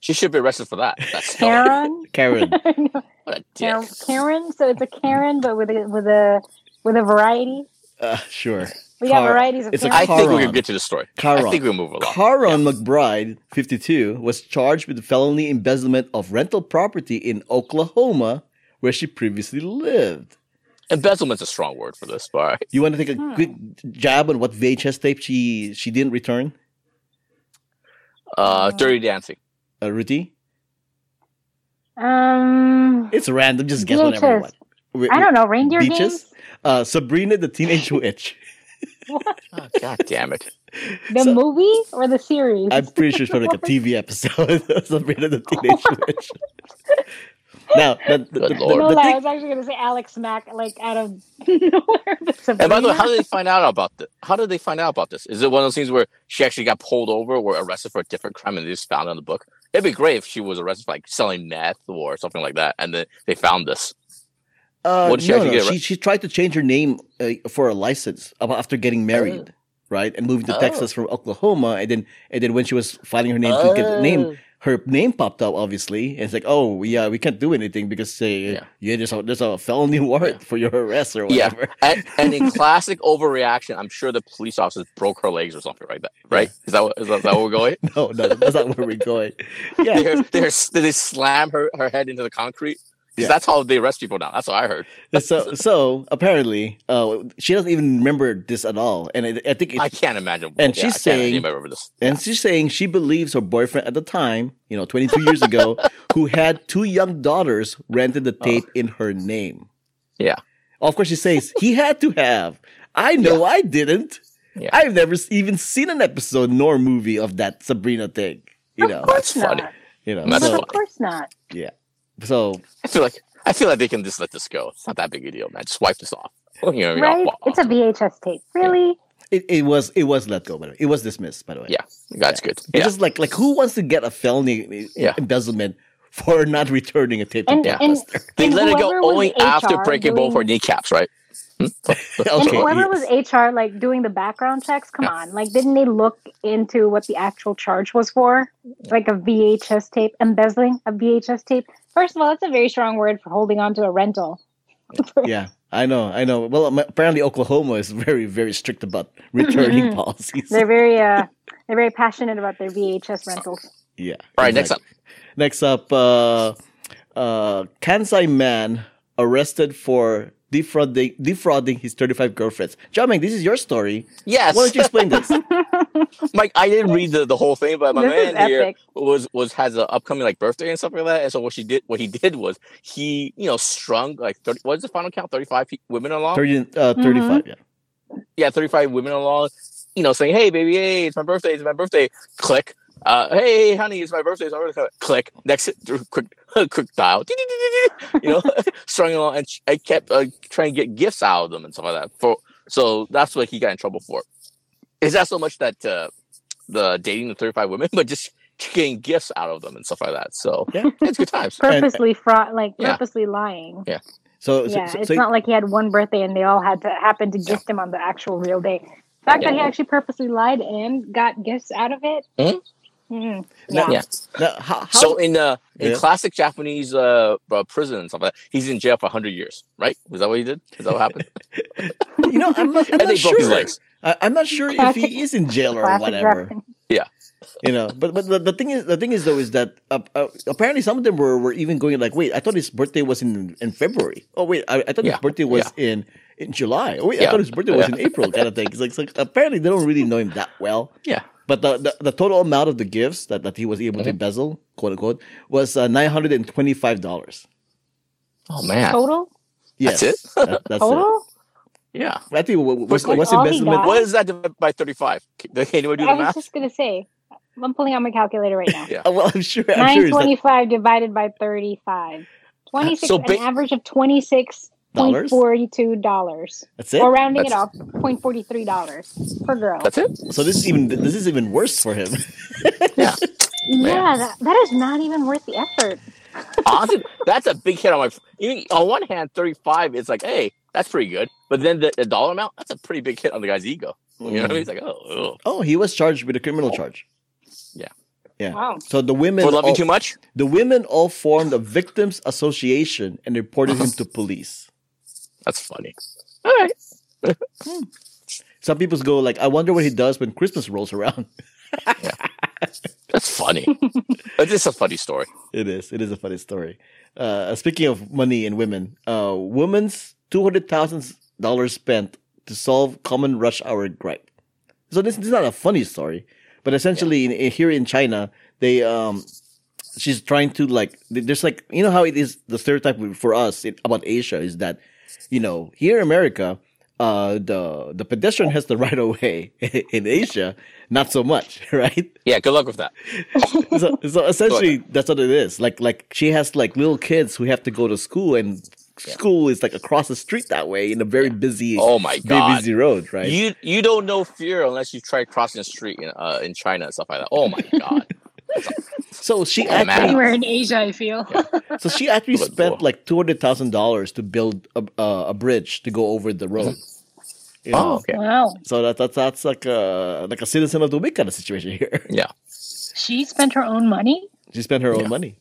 [SPEAKER 3] she should be arrested for that. That's Karen.
[SPEAKER 2] Karen.
[SPEAKER 1] Karen.
[SPEAKER 3] What a
[SPEAKER 2] Karen.
[SPEAKER 3] dick.
[SPEAKER 2] Karen. So it's a Karen, but with a with a with a variety.
[SPEAKER 1] Uh, sure.
[SPEAKER 2] We got
[SPEAKER 1] Car-
[SPEAKER 2] varieties of
[SPEAKER 1] it's a
[SPEAKER 2] Karen.
[SPEAKER 3] I think we
[SPEAKER 1] Caron.
[SPEAKER 3] can get to the story. I
[SPEAKER 1] Caron.
[SPEAKER 3] think we move along.
[SPEAKER 1] Caron McBride, 52, was charged with felony embezzlement of rental property in Oklahoma, where she previously lived.
[SPEAKER 3] Embezzlement's a strong word for this, but all right.
[SPEAKER 1] You want to take a
[SPEAKER 2] Hmm.
[SPEAKER 1] quick jab on what VHS tape she she didn't return,
[SPEAKER 3] Uh,
[SPEAKER 2] Mm.
[SPEAKER 3] Dirty Dancing.
[SPEAKER 1] uh, Ruti?
[SPEAKER 2] um.
[SPEAKER 1] It's random. Just guess whatever you
[SPEAKER 2] VHS.
[SPEAKER 1] want. We-
[SPEAKER 2] I don't know. Reindeer
[SPEAKER 1] Beaches?
[SPEAKER 2] games.
[SPEAKER 1] Uh, Sabrina the Teenage Witch.
[SPEAKER 3] Oh, God damn it.
[SPEAKER 2] The
[SPEAKER 1] So-
[SPEAKER 2] movie or the series?
[SPEAKER 1] I'm pretty sure it's from like a TV episode. of Sabrina the
[SPEAKER 2] Oh
[SPEAKER 1] Teenage Witch. now, the, the,
[SPEAKER 3] Good
[SPEAKER 1] the-
[SPEAKER 3] lord.
[SPEAKER 1] the
[SPEAKER 2] no, lie, I
[SPEAKER 1] thing-
[SPEAKER 2] was actually going to say Alex Mack, like out of nowhere. But
[SPEAKER 3] And by the
[SPEAKER 2] Sabrina-
[SPEAKER 3] way, how did they find out about this? How did they find out about this? Is it one of those things where she actually got pulled over or arrested for a different crime and they just found it on the book? It'd be great if she was arrested for like selling meth or something like that, and then they found this.
[SPEAKER 1] uh,
[SPEAKER 3] What did she
[SPEAKER 1] no,
[SPEAKER 3] actually
[SPEAKER 1] no,
[SPEAKER 3] get,
[SPEAKER 1] she, she tried to change her name uh, for a license ab- after getting married, right, and moving to
[SPEAKER 3] Oh.
[SPEAKER 1] Texas from Oklahoma, and then and then when she was filing her name to get
[SPEAKER 3] Oh.
[SPEAKER 1] the name, her name popped up obviously and it's like oh yeah we can't do anything because say yeah,
[SPEAKER 3] Yeah.
[SPEAKER 1] there's, a, there's a felony warrant for your arrest or
[SPEAKER 3] Yeah.
[SPEAKER 1] whatever
[SPEAKER 3] and, and in classic overreaction, I'm sure the police officers broke her legs or something like that. Right? Is that what, is that, is that where we're going?
[SPEAKER 1] no Oh, no that's not where we're going
[SPEAKER 3] They,
[SPEAKER 1] yeah
[SPEAKER 3] heard- they, heard- did they slam her, her head into the concrete? 'Cause
[SPEAKER 1] Yeah.
[SPEAKER 3] That's how they arrest people now. That's what I heard.
[SPEAKER 1] so so apparently uh, she doesn't even remember this at all and I, I think it's,
[SPEAKER 3] I can't imagine.
[SPEAKER 1] and she's
[SPEAKER 3] I can't
[SPEAKER 1] saying-
[SPEAKER 3] even remember this.
[SPEAKER 1] and she's saying she believes her boyfriend at the time you know 22 years ago who had two young daughters rented the tape in her name
[SPEAKER 3] Yeah.
[SPEAKER 1] of course she says he had to have I know I didn't
[SPEAKER 3] Yeah.
[SPEAKER 1] I've never s- even seen an episode nor movie of that Sabrina thing you know
[SPEAKER 2] Of course
[SPEAKER 3] That's funny.
[SPEAKER 2] not.
[SPEAKER 1] you know
[SPEAKER 3] That's
[SPEAKER 1] so,
[SPEAKER 2] Of course not.
[SPEAKER 1] so
[SPEAKER 3] I feel like I feel like they can just let this go. It's not that big a deal, man. Just wipe this off. You know, oh, you know,
[SPEAKER 2] Right?
[SPEAKER 3] off- off-
[SPEAKER 2] It's a VHS tape. Really?
[SPEAKER 1] it, it was it was let go by the way it was dismissed by the way
[SPEAKER 3] Yeah. that's good.
[SPEAKER 1] It's
[SPEAKER 3] Yeah.
[SPEAKER 1] just like like who wants to get a felony eh,
[SPEAKER 3] Yeah.
[SPEAKER 1] embezzlement for not returning a tape? to
[SPEAKER 2] And,
[SPEAKER 3] Yeah.
[SPEAKER 2] and,
[SPEAKER 1] Blockbuster?
[SPEAKER 3] they
[SPEAKER 2] and
[SPEAKER 3] let it go
[SPEAKER 2] whoever was
[SPEAKER 3] only after
[SPEAKER 2] HR
[SPEAKER 3] breaking both her
[SPEAKER 2] doing-
[SPEAKER 3] kneecaps, right? Hmm?
[SPEAKER 2] And
[SPEAKER 1] okay,
[SPEAKER 2] whoever
[SPEAKER 1] yes.
[SPEAKER 2] was HR, like doing the background checks, come
[SPEAKER 3] Yeah.
[SPEAKER 2] on, like didn't they look into what the actual charge was for? Like a VHS tape, embezzling a VHS tape. First of all, that's a very strong word for holding on to a rental.
[SPEAKER 1] yeah, I know, I know. Well, um, apparently Oklahoma is very very strict about
[SPEAKER 2] Mm-hmm.
[SPEAKER 1] returning policies.
[SPEAKER 2] They're very, uh, they're very passionate about their VHS rentals.
[SPEAKER 1] yeah.
[SPEAKER 3] All right,
[SPEAKER 1] exactly. Next up, uh, uh, Kansai man arrested for defrauding defrauding his thirty five girlfriends. Jaming, this is your story.
[SPEAKER 3] next up.
[SPEAKER 1] Why don't you
[SPEAKER 3] Yes.
[SPEAKER 1] explain this?
[SPEAKER 3] Mike, I didn't read the, the whole thing, but my
[SPEAKER 2] This is
[SPEAKER 3] man here
[SPEAKER 2] epic.
[SPEAKER 3] was was has an upcoming like birthday and stuff like that. And so what she did what he did was he, you know, strung like thirty what is the final count? Thirty five pe- women along?
[SPEAKER 1] 30, uh,
[SPEAKER 2] Mm-hmm.
[SPEAKER 1] 35, Yeah.
[SPEAKER 3] yeah, 35 women along, you know, saying, hey, baby, hey, it's my birthday, it's my birthday. Click. Uh, hey, honey, it's my birthday. It's my birthday. Click. Next, quick, quick dial. You know, struggling along and sh- I kept uh, trying to get gifts out of them and stuff like that. For so that's what he got in trouble for. It's not so much that uh, the dating the thirty five women, but just getting gifts out of them and stuff like that. So
[SPEAKER 1] Yeah.
[SPEAKER 3] it's good times.
[SPEAKER 2] purposely fraud, like
[SPEAKER 3] Yeah.
[SPEAKER 2] purposely lying.
[SPEAKER 1] So, so-
[SPEAKER 2] yeah,
[SPEAKER 1] so,
[SPEAKER 2] it's
[SPEAKER 1] so-
[SPEAKER 2] not like he had one birthday and they all had to happen to gift him on the actual real day. The fact that he
[SPEAKER 3] Yeah.
[SPEAKER 2] actually purposely lied and got gifts out of it.
[SPEAKER 1] Hmm?
[SPEAKER 3] Mhm.
[SPEAKER 2] Mhm.
[SPEAKER 1] Now-
[SPEAKER 2] Yeah.
[SPEAKER 3] Yeah.
[SPEAKER 1] now, how, how,
[SPEAKER 3] So in uh, in
[SPEAKER 1] Yeah.
[SPEAKER 3] classic Japanese uh, uh, prison and stuff like that, he's in jail for hundred years, right? Is that what he did? Is that what happened?
[SPEAKER 1] you know, I'm not, I'm
[SPEAKER 3] and they
[SPEAKER 1] not
[SPEAKER 3] broke his
[SPEAKER 1] sure.
[SPEAKER 3] legs.
[SPEAKER 1] I, I'm not sure if
[SPEAKER 2] Classic-
[SPEAKER 1] he is in jail or
[SPEAKER 2] Classic
[SPEAKER 1] whatever.
[SPEAKER 2] reference.
[SPEAKER 1] you know but but the, the thing is the thing is though is that uh, uh, apparently some of them were, were even going like wait i thought his birthday was in in february oh wait i, I thought
[SPEAKER 3] Yeah.
[SPEAKER 1] his birthday was in in july oh wait i
[SPEAKER 3] Yeah.
[SPEAKER 1] thought his birthday was
[SPEAKER 3] Yeah.
[SPEAKER 1] in april kind of thing it's like, it's like apparently they don't really know him that well
[SPEAKER 3] Yeah.
[SPEAKER 1] but the, the, the total amount of the gifts that, that he was able to
[SPEAKER 3] Mhm.
[SPEAKER 1] embezzle quote unquote was uh, $925
[SPEAKER 3] Oh man.
[SPEAKER 2] Total?
[SPEAKER 1] yes
[SPEAKER 3] That's it?
[SPEAKER 1] That- that's it
[SPEAKER 2] Total?
[SPEAKER 3] Yeah.
[SPEAKER 1] i think what, what's,
[SPEAKER 3] Like
[SPEAKER 1] what's
[SPEAKER 2] all he
[SPEAKER 1] embezzlement
[SPEAKER 2] got?
[SPEAKER 3] What is that divided by thirty five? Can anyone do
[SPEAKER 2] I
[SPEAKER 3] the
[SPEAKER 2] was
[SPEAKER 3] math?
[SPEAKER 2] just going to say, I'm pulling out my calculator right now.
[SPEAKER 3] Yeah.
[SPEAKER 1] Uh, well i'm sure i'm sure it's not
[SPEAKER 2] 925 divided by 35. 26,
[SPEAKER 3] So
[SPEAKER 2] an
[SPEAKER 3] ba-
[SPEAKER 2] average of 26.
[SPEAKER 1] Dollars?
[SPEAKER 2] $42.
[SPEAKER 1] that's it
[SPEAKER 2] Or rounding it
[SPEAKER 3] That's-
[SPEAKER 2] up, $0.43 per girl.
[SPEAKER 3] That's it.
[SPEAKER 1] so this is even this is even worse for him
[SPEAKER 2] Yeah, that, that is not even worth the effort.
[SPEAKER 3] Honestly, that's a big hit on my. Even, on one hand, thirty five is like, hey, that's pretty good. But then the, the dollar amount, that's a pretty big hit on the guy's ego. You know what I mean?
[SPEAKER 1] Mm.
[SPEAKER 3] He's like, oh, ugh.
[SPEAKER 1] oh he was charged with a criminal charge Yeah.
[SPEAKER 2] Wow.
[SPEAKER 1] so the women
[SPEAKER 3] for loving
[SPEAKER 1] all-
[SPEAKER 3] too much.
[SPEAKER 1] The women all formed a victims association and reported him to
[SPEAKER 3] Uh-huh.
[SPEAKER 1] police.
[SPEAKER 3] That's funny. All right.
[SPEAKER 1] Some people go like, "I wonder what he does when Christmas rolls around."
[SPEAKER 3] That's funny. it's just a funny story.
[SPEAKER 1] It is. It is a funny story. Uh, speaking of money and women, uh, women's two hundred thousand dollars spent to solve common rush hour gripe. So this, this is not a funny story, but essentially in, in- here in China, they um, she's trying to like. th- There's like you know how it is the stereotype for us in, about Asia is that you know here in America. Uh, the the pedestrian has the right of way in Asia, not so much, right?
[SPEAKER 3] Yeah. Good luck with that.
[SPEAKER 1] so, so essentially that's what it is like like she has like little kids who have to go to school and school is like across the street that way in a very busy
[SPEAKER 3] Oh my
[SPEAKER 1] very
[SPEAKER 3] god.
[SPEAKER 1] busy road right
[SPEAKER 3] You you don't know fear unless you try crossing the street in uh, in China and stuff like that. Oh my god.
[SPEAKER 1] so she
[SPEAKER 3] Oh, man.
[SPEAKER 1] actually
[SPEAKER 2] in Asia, I feel.
[SPEAKER 1] so she actually
[SPEAKER 3] Good
[SPEAKER 1] spent
[SPEAKER 3] lord.
[SPEAKER 1] like two hundred thousand dollars to build a, uh, a bridge to go over the road you know?
[SPEAKER 3] Oh okay.
[SPEAKER 2] Wow.
[SPEAKER 1] so that, that that's like a like a citizen of the week kind of situation here
[SPEAKER 2] She spent her own money?
[SPEAKER 1] She spent her own
[SPEAKER 3] Yeah.
[SPEAKER 1] money.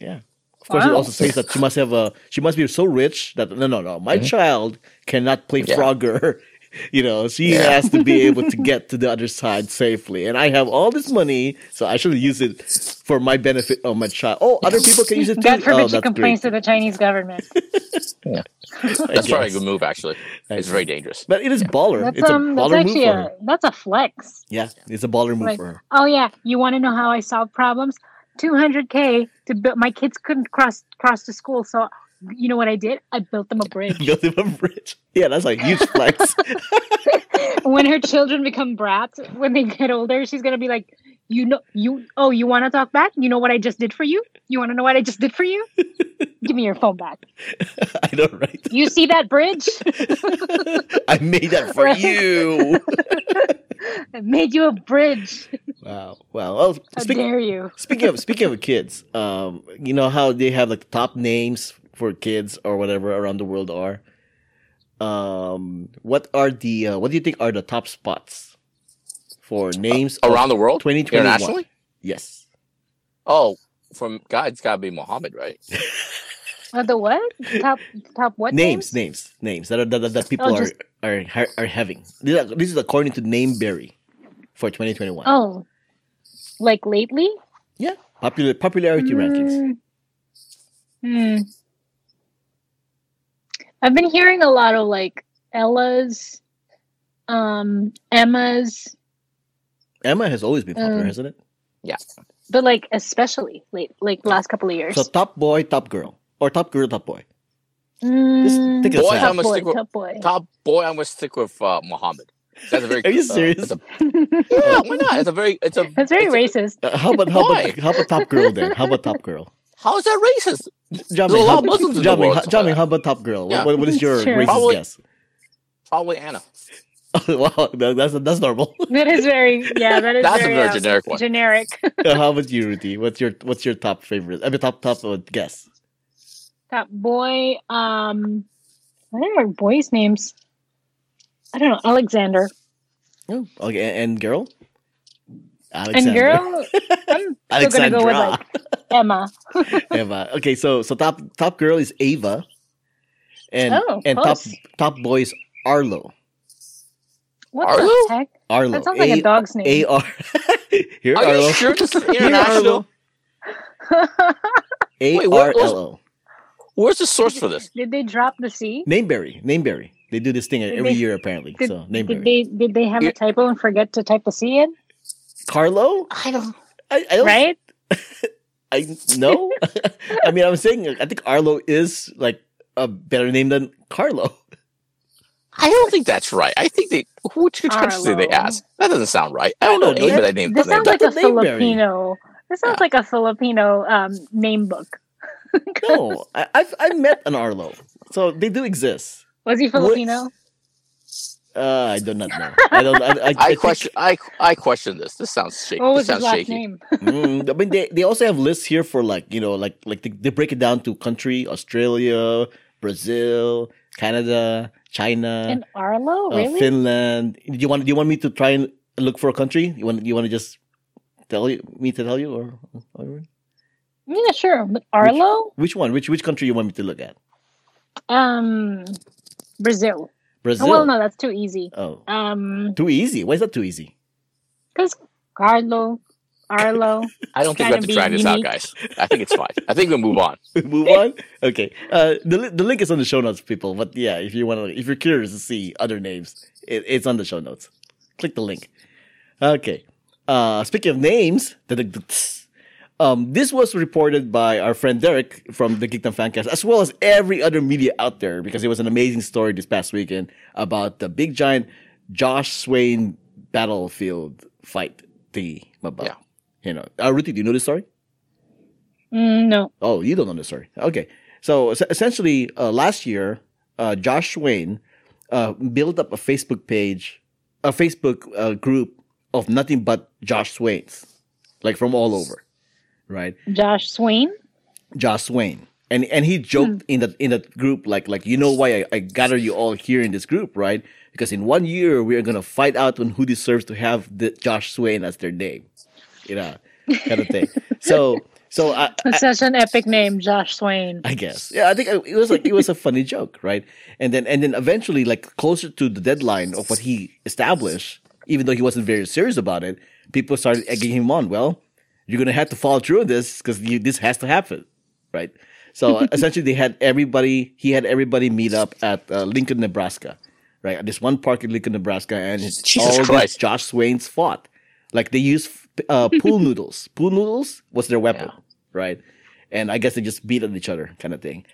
[SPEAKER 1] Yeah. Of course, it
[SPEAKER 2] Wow.
[SPEAKER 1] also says that she must have a she must be so rich that no no no my
[SPEAKER 3] Mhm.
[SPEAKER 1] child cannot play
[SPEAKER 3] Yeah.
[SPEAKER 1] Frogger. You know, she
[SPEAKER 3] Yeah.
[SPEAKER 1] has to be able to get to the other side safely, and I have all this money, so I should use it for my benefit of my child. Oh, other people can use it too.
[SPEAKER 2] God forbid
[SPEAKER 1] oh,
[SPEAKER 2] she
[SPEAKER 1] that's
[SPEAKER 2] complains
[SPEAKER 1] great.
[SPEAKER 2] to the Chinese government.
[SPEAKER 1] I
[SPEAKER 3] That's probably a
[SPEAKER 1] guess.
[SPEAKER 3] good move actually.
[SPEAKER 1] I
[SPEAKER 3] It's
[SPEAKER 1] guess.
[SPEAKER 3] very dangerous.
[SPEAKER 1] But it is baller.
[SPEAKER 2] That's
[SPEAKER 1] it's a
[SPEAKER 2] um, that's
[SPEAKER 1] baller move
[SPEAKER 2] actually
[SPEAKER 1] for her.
[SPEAKER 2] a that's a flex.
[SPEAKER 1] Yeah, it's a baller move
[SPEAKER 2] Like,
[SPEAKER 1] for her.
[SPEAKER 2] oh yeah, you want to know how I solve problems? 200k to build. My kids couldn't cross cross to school, so you know what I did? I built them a bridge.
[SPEAKER 1] Build him a bridge. Yeah, that's a huge flex.
[SPEAKER 2] when her children become brats, when they get older, she's gonna be like, you know, you oh, you want to talk back? You know what I just did for you? You want to know what I just did for you? Give me your phone back.
[SPEAKER 1] I know, right?
[SPEAKER 2] You see that bridge?
[SPEAKER 1] I made that for
[SPEAKER 2] Right.
[SPEAKER 1] you.
[SPEAKER 2] I made you a bridge.
[SPEAKER 1] Wow, wow. Well,
[SPEAKER 2] How
[SPEAKER 1] speaking
[SPEAKER 2] dare you?
[SPEAKER 1] Speaking of speaking of kids, um, you know how they have like top names for kids or whatever around the world are. Um, what are the uh, what do you think are the top spots for names
[SPEAKER 3] Uh, Around the world,
[SPEAKER 1] twenty twenty one?
[SPEAKER 3] internationally.
[SPEAKER 1] Yes,
[SPEAKER 3] Oh, from God, it's got to be Muhammad, right?
[SPEAKER 2] Uh, the what? Top top what
[SPEAKER 1] names, names, names that are, that, that, that people
[SPEAKER 2] Oh,
[SPEAKER 1] are,
[SPEAKER 2] just-
[SPEAKER 1] are are are having. These are- This is according to Nameberry for twenty twenty one.
[SPEAKER 2] Oh, like lately?
[SPEAKER 1] Yeah, popular popularity
[SPEAKER 2] Mm.
[SPEAKER 1] rankings.
[SPEAKER 2] Hmm. I've been hearing a lot of like Ella's, um, Emma's,
[SPEAKER 1] Emma has always been popular,
[SPEAKER 2] Um,
[SPEAKER 1] hasn't it?
[SPEAKER 2] but like especially late, like last couple of years.
[SPEAKER 1] So top boy, top girl, or top girl, top boy.
[SPEAKER 2] Mm,
[SPEAKER 1] take a Boy,
[SPEAKER 2] tough
[SPEAKER 1] I'm
[SPEAKER 3] gonna
[SPEAKER 2] boy,
[SPEAKER 3] stick with-
[SPEAKER 2] tough boy.
[SPEAKER 3] Top boy, I'm gonna stick with uh, Muhammad. That's a very.
[SPEAKER 1] Are you
[SPEAKER 3] uh,
[SPEAKER 1] serious?
[SPEAKER 3] that's a- yeah, why not? It's a very. It's a.
[SPEAKER 2] That's very
[SPEAKER 3] it's a-
[SPEAKER 2] racist.
[SPEAKER 1] Uh, how about how
[SPEAKER 3] Why?
[SPEAKER 1] about how about top girl then? How about top girl?
[SPEAKER 3] How is that racist?
[SPEAKER 1] Jamming,
[SPEAKER 3] There's a lot
[SPEAKER 1] how,
[SPEAKER 3] of Muslims in the
[SPEAKER 1] Jamming,
[SPEAKER 3] world,
[SPEAKER 1] how,
[SPEAKER 3] so-
[SPEAKER 1] Jamming, how about Top Girl? What-
[SPEAKER 3] Yeah.
[SPEAKER 1] What, what is your
[SPEAKER 2] Sure.
[SPEAKER 1] racist
[SPEAKER 3] Probably-
[SPEAKER 1] guess?
[SPEAKER 3] Probably Anna.
[SPEAKER 1] wow, that- that's that's normal.
[SPEAKER 2] That is very yeah. That is
[SPEAKER 3] That's a
[SPEAKER 2] very,
[SPEAKER 3] very
[SPEAKER 2] uh,
[SPEAKER 3] generic one.
[SPEAKER 2] Generic
[SPEAKER 1] how about you, Rudy? What's your what's your top favorite? I mean, top top uh, guess.
[SPEAKER 2] that boy. Um, I don't know boys' names. I don't know Alexander,
[SPEAKER 1] Oh, okay, and, and girl. Alexander.
[SPEAKER 2] and girl. I'm still gonna go with like Emma.
[SPEAKER 1] Eva. Okay, so so top top girl is Ava, and
[SPEAKER 2] Oh,
[SPEAKER 1] and
[SPEAKER 2] close.
[SPEAKER 1] top top boy is Arlo.
[SPEAKER 2] What
[SPEAKER 3] Arlo?
[SPEAKER 2] the heck?
[SPEAKER 1] Arlo.
[SPEAKER 2] That sounds like a
[SPEAKER 1] A-
[SPEAKER 2] dog's name.
[SPEAKER 1] A-R. Here,
[SPEAKER 3] Are
[SPEAKER 1] Arlo.
[SPEAKER 3] you sure this is
[SPEAKER 1] Here, Arlo.
[SPEAKER 3] international?
[SPEAKER 1] A
[SPEAKER 3] Wait,
[SPEAKER 1] R
[SPEAKER 3] what-
[SPEAKER 1] L O.
[SPEAKER 3] Where's the source for this?
[SPEAKER 2] Did they drop the C?
[SPEAKER 1] Nameberry. Nameberry. They do this thing
[SPEAKER 2] Did
[SPEAKER 1] every
[SPEAKER 2] they-
[SPEAKER 1] year apparently.
[SPEAKER 2] did-
[SPEAKER 1] so
[SPEAKER 2] Did
[SPEAKER 1] Nameberry.
[SPEAKER 2] they did they have
[SPEAKER 3] Yeah.
[SPEAKER 2] a typo and forget to type the C in?
[SPEAKER 1] Carlo?
[SPEAKER 3] I don't.
[SPEAKER 1] I, I don't
[SPEAKER 2] Right?
[SPEAKER 1] I no. I mean, I'm saying I think Arlo is like a better name than Carlo.
[SPEAKER 3] I don't think that's right. I think they. Who two times did they
[SPEAKER 2] Arlo.
[SPEAKER 3] ask? That doesn't sound right. I don't
[SPEAKER 1] I
[SPEAKER 3] know
[SPEAKER 1] don't know.
[SPEAKER 3] any of that name.
[SPEAKER 2] This sounds like a
[SPEAKER 1] that's a Nameberry.
[SPEAKER 2] Filipino. This sounds
[SPEAKER 1] Ah.
[SPEAKER 3] Yeah.
[SPEAKER 2] like a Filipino um, name book.
[SPEAKER 1] No, I, I've I've met an Arlo, so they do exist.
[SPEAKER 2] Was he Filipino?
[SPEAKER 1] Uh, I do not know. I don't. I, I, I
[SPEAKER 3] I
[SPEAKER 1] think-
[SPEAKER 3] question. I I question this. This sounds shaky.
[SPEAKER 2] What was his
[SPEAKER 3] This sounds
[SPEAKER 2] last
[SPEAKER 3] shaky.
[SPEAKER 2] name?
[SPEAKER 1] Mm, I mean, they, they also have lists here for like you know like like they, they break it down to country: Australia, Brazil, Canada, China,
[SPEAKER 2] And
[SPEAKER 1] uh,
[SPEAKER 2] Arlo? Oh, Really?
[SPEAKER 1] Finland. Do you want do you want me to try and look for a country? You want you want to just tell you, me to tell you or, or
[SPEAKER 2] yeah, sure. But Arlo?
[SPEAKER 1] which one which which country you want me to look at?
[SPEAKER 2] Oh, Um, Brazil.
[SPEAKER 1] Brazil.
[SPEAKER 2] Oh, well, no, that's too easy.
[SPEAKER 1] Oh,
[SPEAKER 2] Um,
[SPEAKER 1] too easy. Why is that too easy?
[SPEAKER 2] because Carlo, Arlo.
[SPEAKER 3] I don't think we
[SPEAKER 2] Gotta
[SPEAKER 3] have to
[SPEAKER 2] be
[SPEAKER 3] drag this out,
[SPEAKER 2] unique.
[SPEAKER 3] guys. I think it's fine. I think we'll move on.
[SPEAKER 1] Move on. Okay. Uh, the li- the link is on the show notes, people. But yeah, if you want to, if you're curious to see other names, it, it's on the show notes. Click the link. Okay. Uh, speaking of names, um, this was reported by our friend Derek from the Geekdom Fancast, as well as every other media out there, because it was an amazing story this past weekend about the big giant Josh Swain battlefield fight thingy. About,
[SPEAKER 3] Yeah.
[SPEAKER 1] You know, uh, Ruthie, do you know this story?
[SPEAKER 2] Mm, no.
[SPEAKER 1] Oh, you don't know the story. Okay. So es- essentially, uh, last year, uh, Josh Swain uh, built up a Facebook page, a Facebook uh, group of nothing but Josh Swains, like from all over, right?
[SPEAKER 2] Josh Swain?
[SPEAKER 1] Josh Swain. And and he joked in that in that group like like you know why I, I gather you all here in this group right because in one year we are gonna fight out on who deserves to have the Josh Swain as their name, you know, kind of thing. so so I,
[SPEAKER 2] That's such an epic name, Josh Swain.
[SPEAKER 1] I guess. Yeah, I think uh, it was like it was a funny joke, right? And then and then eventually, like closer to the deadline of what he established, even though he wasn't very serious about it, people started egging him on. Well, you're gonna have to follow through on this because this has to happen, right? So uh, essentially, they had everybody. He had everybody meet up at uh, Lincoln, Nebraska, right? At this one park in Lincoln, Nebraska, and
[SPEAKER 3] Jesus
[SPEAKER 1] all these
[SPEAKER 3] Christ.
[SPEAKER 1] Josh Swain's fought. Like they used uh, pool noodles. Pool noodles was their weapon, right? And I guess they just beat at each other, kind of thing.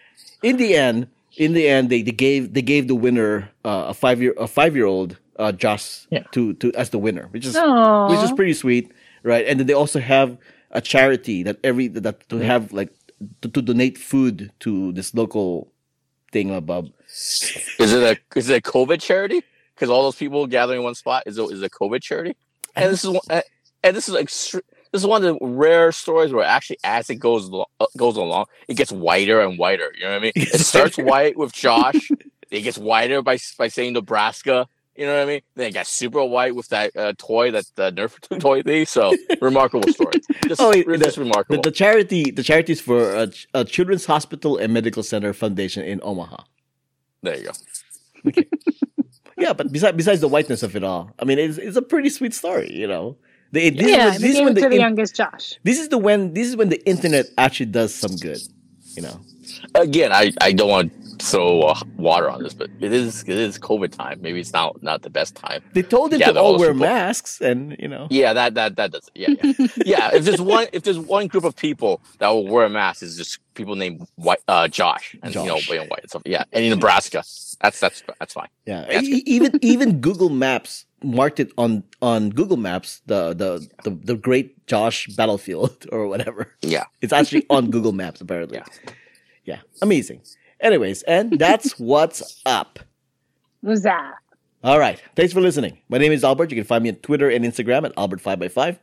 [SPEAKER 1] In the end, in the end, they, they gave they gave the winner uh, a five year a five year old uh, Josh
[SPEAKER 3] Yeah.
[SPEAKER 1] to to as the winner, which is
[SPEAKER 2] Aww.
[SPEAKER 1] which is pretty sweet, right? And then they also have a charity that every that to have like to, to donate food to this local thing uh, above.
[SPEAKER 3] Is it a is it a COVID charity? Because all those people gathering in one spot is it, is it a COVID charity? And this is one- uh, and this is extre- this is one of the rare stories where actually as it goes lo- uh, goes along, it gets whiter and whiter. You know what I mean? It starts white with Josh. it gets whiter by s- by saying Nebraska. You know what I mean? Then it got super white with that uh, toy, that uh, Nerf toy thing. So remarkable story. Just,
[SPEAKER 1] Oh, it-
[SPEAKER 3] just
[SPEAKER 1] The,
[SPEAKER 3] remarkable.
[SPEAKER 1] the charity the charity is for a, ch- a children's hospital and medical center foundation in Omaha.
[SPEAKER 3] there you go.
[SPEAKER 1] Yeah, but besides besides the whiteness of it all, I mean, it's it's a pretty sweet story, you know. They, this,
[SPEAKER 2] yeah,
[SPEAKER 1] is,
[SPEAKER 2] they
[SPEAKER 1] this, is
[SPEAKER 2] gave
[SPEAKER 1] when
[SPEAKER 2] it to
[SPEAKER 1] the,
[SPEAKER 2] the
[SPEAKER 1] in-
[SPEAKER 2] youngest Josh.
[SPEAKER 1] this is the when this is when the internet actually does some good, you know.
[SPEAKER 3] again, I, I don't want to throw uh, water on this, but it is it is COVID time. Maybe it's not not the best time.
[SPEAKER 1] They told him
[SPEAKER 3] Yeah,
[SPEAKER 1] to
[SPEAKER 3] they're
[SPEAKER 1] all
[SPEAKER 3] all
[SPEAKER 1] wear
[SPEAKER 3] simple.
[SPEAKER 1] masks, and you know,
[SPEAKER 3] Yeah, that that that does. Yeah, yeah. yeah if there's one if there's one group of people that will wear a mask, is just people named White uh, Josh and you know
[SPEAKER 1] Josh.
[SPEAKER 3] William White and stuff. Yeah, and in Nebraska, that's that's that's fine.
[SPEAKER 1] yeah.
[SPEAKER 3] That's
[SPEAKER 1] E- even even Google Maps marked it on on Google Maps the the the, the Great Josh Battlefield or whatever.
[SPEAKER 3] Yeah.
[SPEAKER 1] It's actually on Google Maps, apparently.
[SPEAKER 3] Yeah.
[SPEAKER 1] Yeah. Amazing. Anyways, and that's what's up.
[SPEAKER 2] Was that?
[SPEAKER 1] All right. Thanks for listening. My name is Albert. You can find me on Twitter and Instagram at Albert5x5.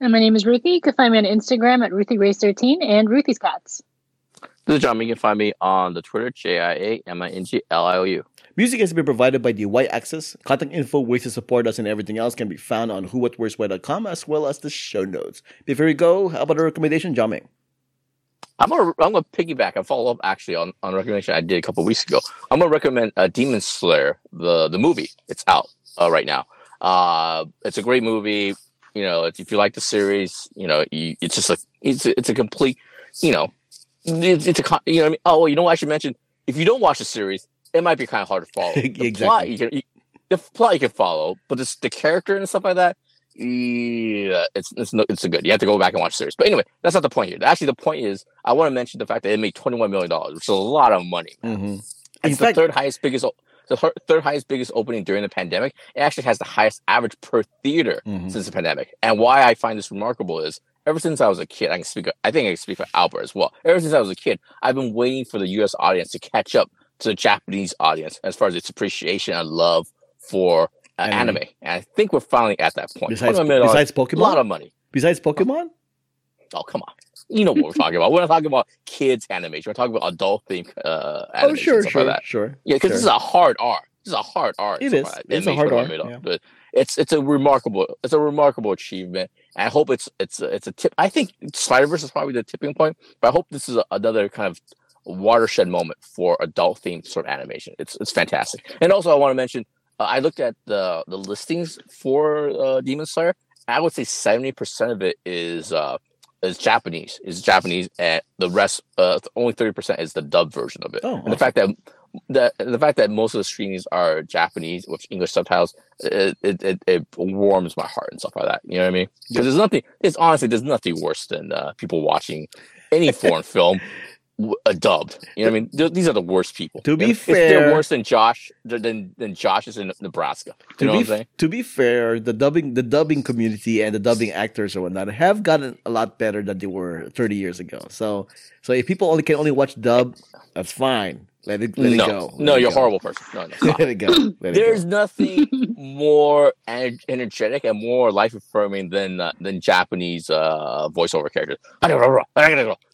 [SPEAKER 2] And my name is Ruthie. You can find me on Instagram at RuthieGrace13 and Ruthie's Cats.
[SPEAKER 3] This is John. You can find me on the Twitter J I A M I N G L I O U.
[SPEAKER 1] Music has been provided by the Y Axis. Contact info, ways to support us, and everything else can be found on whowhatwhereswhy.com as well as the show notes. Before we go, how about a recommendation, Jaming?
[SPEAKER 3] I'm gonna I'm gonna piggyback and follow up actually on, on a recommendation I did a couple weeks ago. I'm gonna recommend uh, Demon Slayer the the movie. It's out uh, right now. Uh, it's a great movie. You know, if, if you like the series, you know, you, it's just a it's a, it's a complete. You know, it's, it's a con- you know what I mean. Oh, you know what I should mention? If you don't watch the series, it might be kind of hard to follow. The plot
[SPEAKER 1] Exactly.
[SPEAKER 3] you can you, the plot you can follow, but it's the character and stuff like that yeah, it's it's no, it's good. You have to go back and watch the series. But anyway, that's not the point here. Actually, the point is I want to mention the fact that it made twenty one million dollars, which is a lot of money.
[SPEAKER 1] Mm-hmm. In
[SPEAKER 3] It's the
[SPEAKER 1] fact,
[SPEAKER 3] third highest biggest o- the thir- third highest biggest opening during the pandemic. It actually has the highest average per theater
[SPEAKER 1] Mhm.
[SPEAKER 3] since the pandemic. And why I find this remarkable is ever since I was a kid, I can speak. I think I can speak for Albert as well. Ever since I was a kid, I've been waiting for the U.S. audience to catch up to the Japanese audience as far as its appreciation and love for. Uh,
[SPEAKER 1] Anime.
[SPEAKER 3] anime. and I think we're finally at that point.
[SPEAKER 1] besides,
[SPEAKER 3] $21 million
[SPEAKER 1] besides
[SPEAKER 3] a lot
[SPEAKER 1] Pokemon?
[SPEAKER 3] of money.
[SPEAKER 1] Besides Pokemon?
[SPEAKER 3] Oh, come on. You know what we're talking about. We're not talking about kids animation. We're talking about adult themed uh, animation.
[SPEAKER 1] Oh, sure,
[SPEAKER 3] stuff
[SPEAKER 1] sure,
[SPEAKER 3] Like that.
[SPEAKER 1] sure.
[SPEAKER 3] Yeah, because
[SPEAKER 1] sure.
[SPEAKER 3] this is a hard R. This is a hard R.
[SPEAKER 1] It
[SPEAKER 3] and stuff
[SPEAKER 1] is.
[SPEAKER 3] like that.
[SPEAKER 1] It's a
[SPEAKER 3] Animation
[SPEAKER 1] hard R,
[SPEAKER 3] was made up,
[SPEAKER 1] yeah.
[SPEAKER 3] But it's it's a remarkable it's a remarkable achievement. And I hope it's it's a, it's a tip. I think Sliderverse is probably the tipping point, but I hope this is a, another kind of watershed moment for adult themed sort of animation. It's it's fantastic. And also, I want to mention uh, I looked at the the listings for uh, Demon Slayer. I would say seventy percent of it is uh is Japanese is Japanese, and the rest uh only thirty percent is the dub version of it.
[SPEAKER 1] Oh,
[SPEAKER 3] And the fact that the the fact that most of the screenings are Japanese with English subtitles, it it, it, it warms my heart and stuff like that. You know what I mean? Because there's nothing. There's honestly there's nothing worse than uh, people watching any foreign film. w- Uh, dubbed, you know what I mean. Th- These are the worst people.
[SPEAKER 1] To
[SPEAKER 3] You know,
[SPEAKER 1] be
[SPEAKER 3] if they're
[SPEAKER 1] fair-
[SPEAKER 3] worse than Josh. th- Than than Josh is in Nebraska. You know
[SPEAKER 1] to
[SPEAKER 3] what
[SPEAKER 1] be
[SPEAKER 3] I'm saying?
[SPEAKER 1] to be fair, the dubbing the dubbing community and the dubbing actors and whatnot have gotten a lot better than they were 30 years ago. So so if people only can only watch dub, that's fine. Let it let
[SPEAKER 3] no,
[SPEAKER 1] it go. Let
[SPEAKER 3] no,
[SPEAKER 1] it
[SPEAKER 3] you're a
[SPEAKER 1] go.
[SPEAKER 3] horrible person. No, no, stop.
[SPEAKER 1] Let it go. Let it
[SPEAKER 3] There's
[SPEAKER 1] go.
[SPEAKER 3] nothing more ener- energetic and more life affirming than uh, than Japanese uh, voiceover characters. You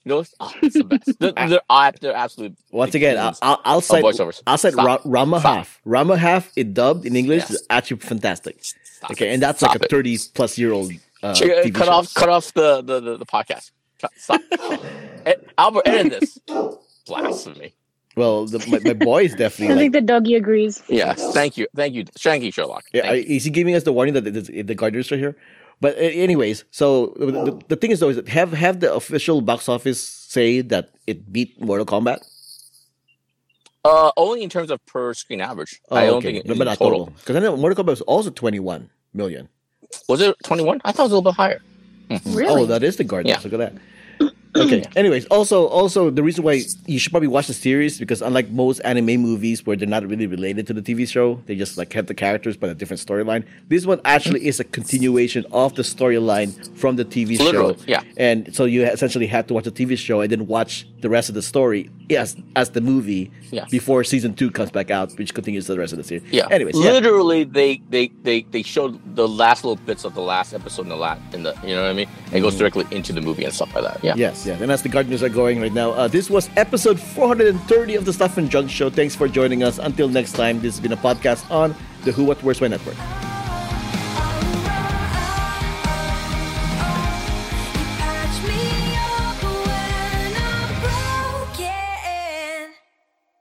[SPEAKER 3] know, it's, oh, it's the best. They're, they're, ab- they're absolute
[SPEAKER 1] Once again,
[SPEAKER 3] kings
[SPEAKER 1] I'll
[SPEAKER 3] of
[SPEAKER 1] outside
[SPEAKER 3] voiceovers.
[SPEAKER 1] outside Ra-
[SPEAKER 3] Stop.
[SPEAKER 1] Rama
[SPEAKER 3] Stop.
[SPEAKER 1] Half. Rama Half it dubbed in English
[SPEAKER 3] Yes.
[SPEAKER 1] is actually fantastic.
[SPEAKER 3] Stop
[SPEAKER 1] Okay,
[SPEAKER 3] it.
[SPEAKER 1] and that's
[SPEAKER 3] Stop
[SPEAKER 1] like a
[SPEAKER 3] it.
[SPEAKER 1] 30 plus year old uh, TV
[SPEAKER 3] cut
[SPEAKER 1] show.
[SPEAKER 3] off, cut off the the, the, the podcast. Cut- Stop, Eh, Albert, edit this. Blasphemy.
[SPEAKER 1] Well, the, my, my boy is
[SPEAKER 2] I
[SPEAKER 1] definitely like,
[SPEAKER 2] think the doggy agrees.
[SPEAKER 3] Yeah, thank you, thank you, thank you, Sherlock.
[SPEAKER 1] Yeah,
[SPEAKER 3] Thank you.
[SPEAKER 1] is he giving us the warning that the, the, the guardians are here? But uh, anyways, so the, the, the thing is though is that have have the official box office say that it beat Mortal Kombat.
[SPEAKER 3] Uh, only in terms of per screen average. I don't think
[SPEAKER 1] Oh, but
[SPEAKER 3] in
[SPEAKER 1] not
[SPEAKER 3] total.
[SPEAKER 1] total because I know Mortal Kombat was also twenty one million.
[SPEAKER 3] Was it twenty one? I thought it was a little bit higher.
[SPEAKER 2] Really?
[SPEAKER 1] Oh, that is the Guardians.
[SPEAKER 3] Yeah.
[SPEAKER 1] Look at that. Okay. Anyways, also also the reason why you should probably watch the series because unlike most anime movies where they're not really related to the TV show, they just like have the characters but a different storyline. This one actually is a continuation of the storyline from the TV
[SPEAKER 3] Literally,
[SPEAKER 1] show.
[SPEAKER 3] yeah.
[SPEAKER 1] And so you essentially had to watch the TV show and then watch the rest of the story as as the movie
[SPEAKER 3] Yeah.
[SPEAKER 1] before season two comes back out, which continues the rest of the series.
[SPEAKER 3] Yeah.
[SPEAKER 1] Anyways, yeah.
[SPEAKER 3] literally, they, they they they showed the last little bits of the last episode in the last in the you know what I mean. It goes directly into the movie and stuff like that. Yeah.
[SPEAKER 1] Mm-hmm. Yes, yes. And as the gardeners are going right now, uh, this was episode 430 of the Stuff and Junk Show. Thanks for joining us. Until next time, this has been a podcast on the Who, What, Where's, Why Network.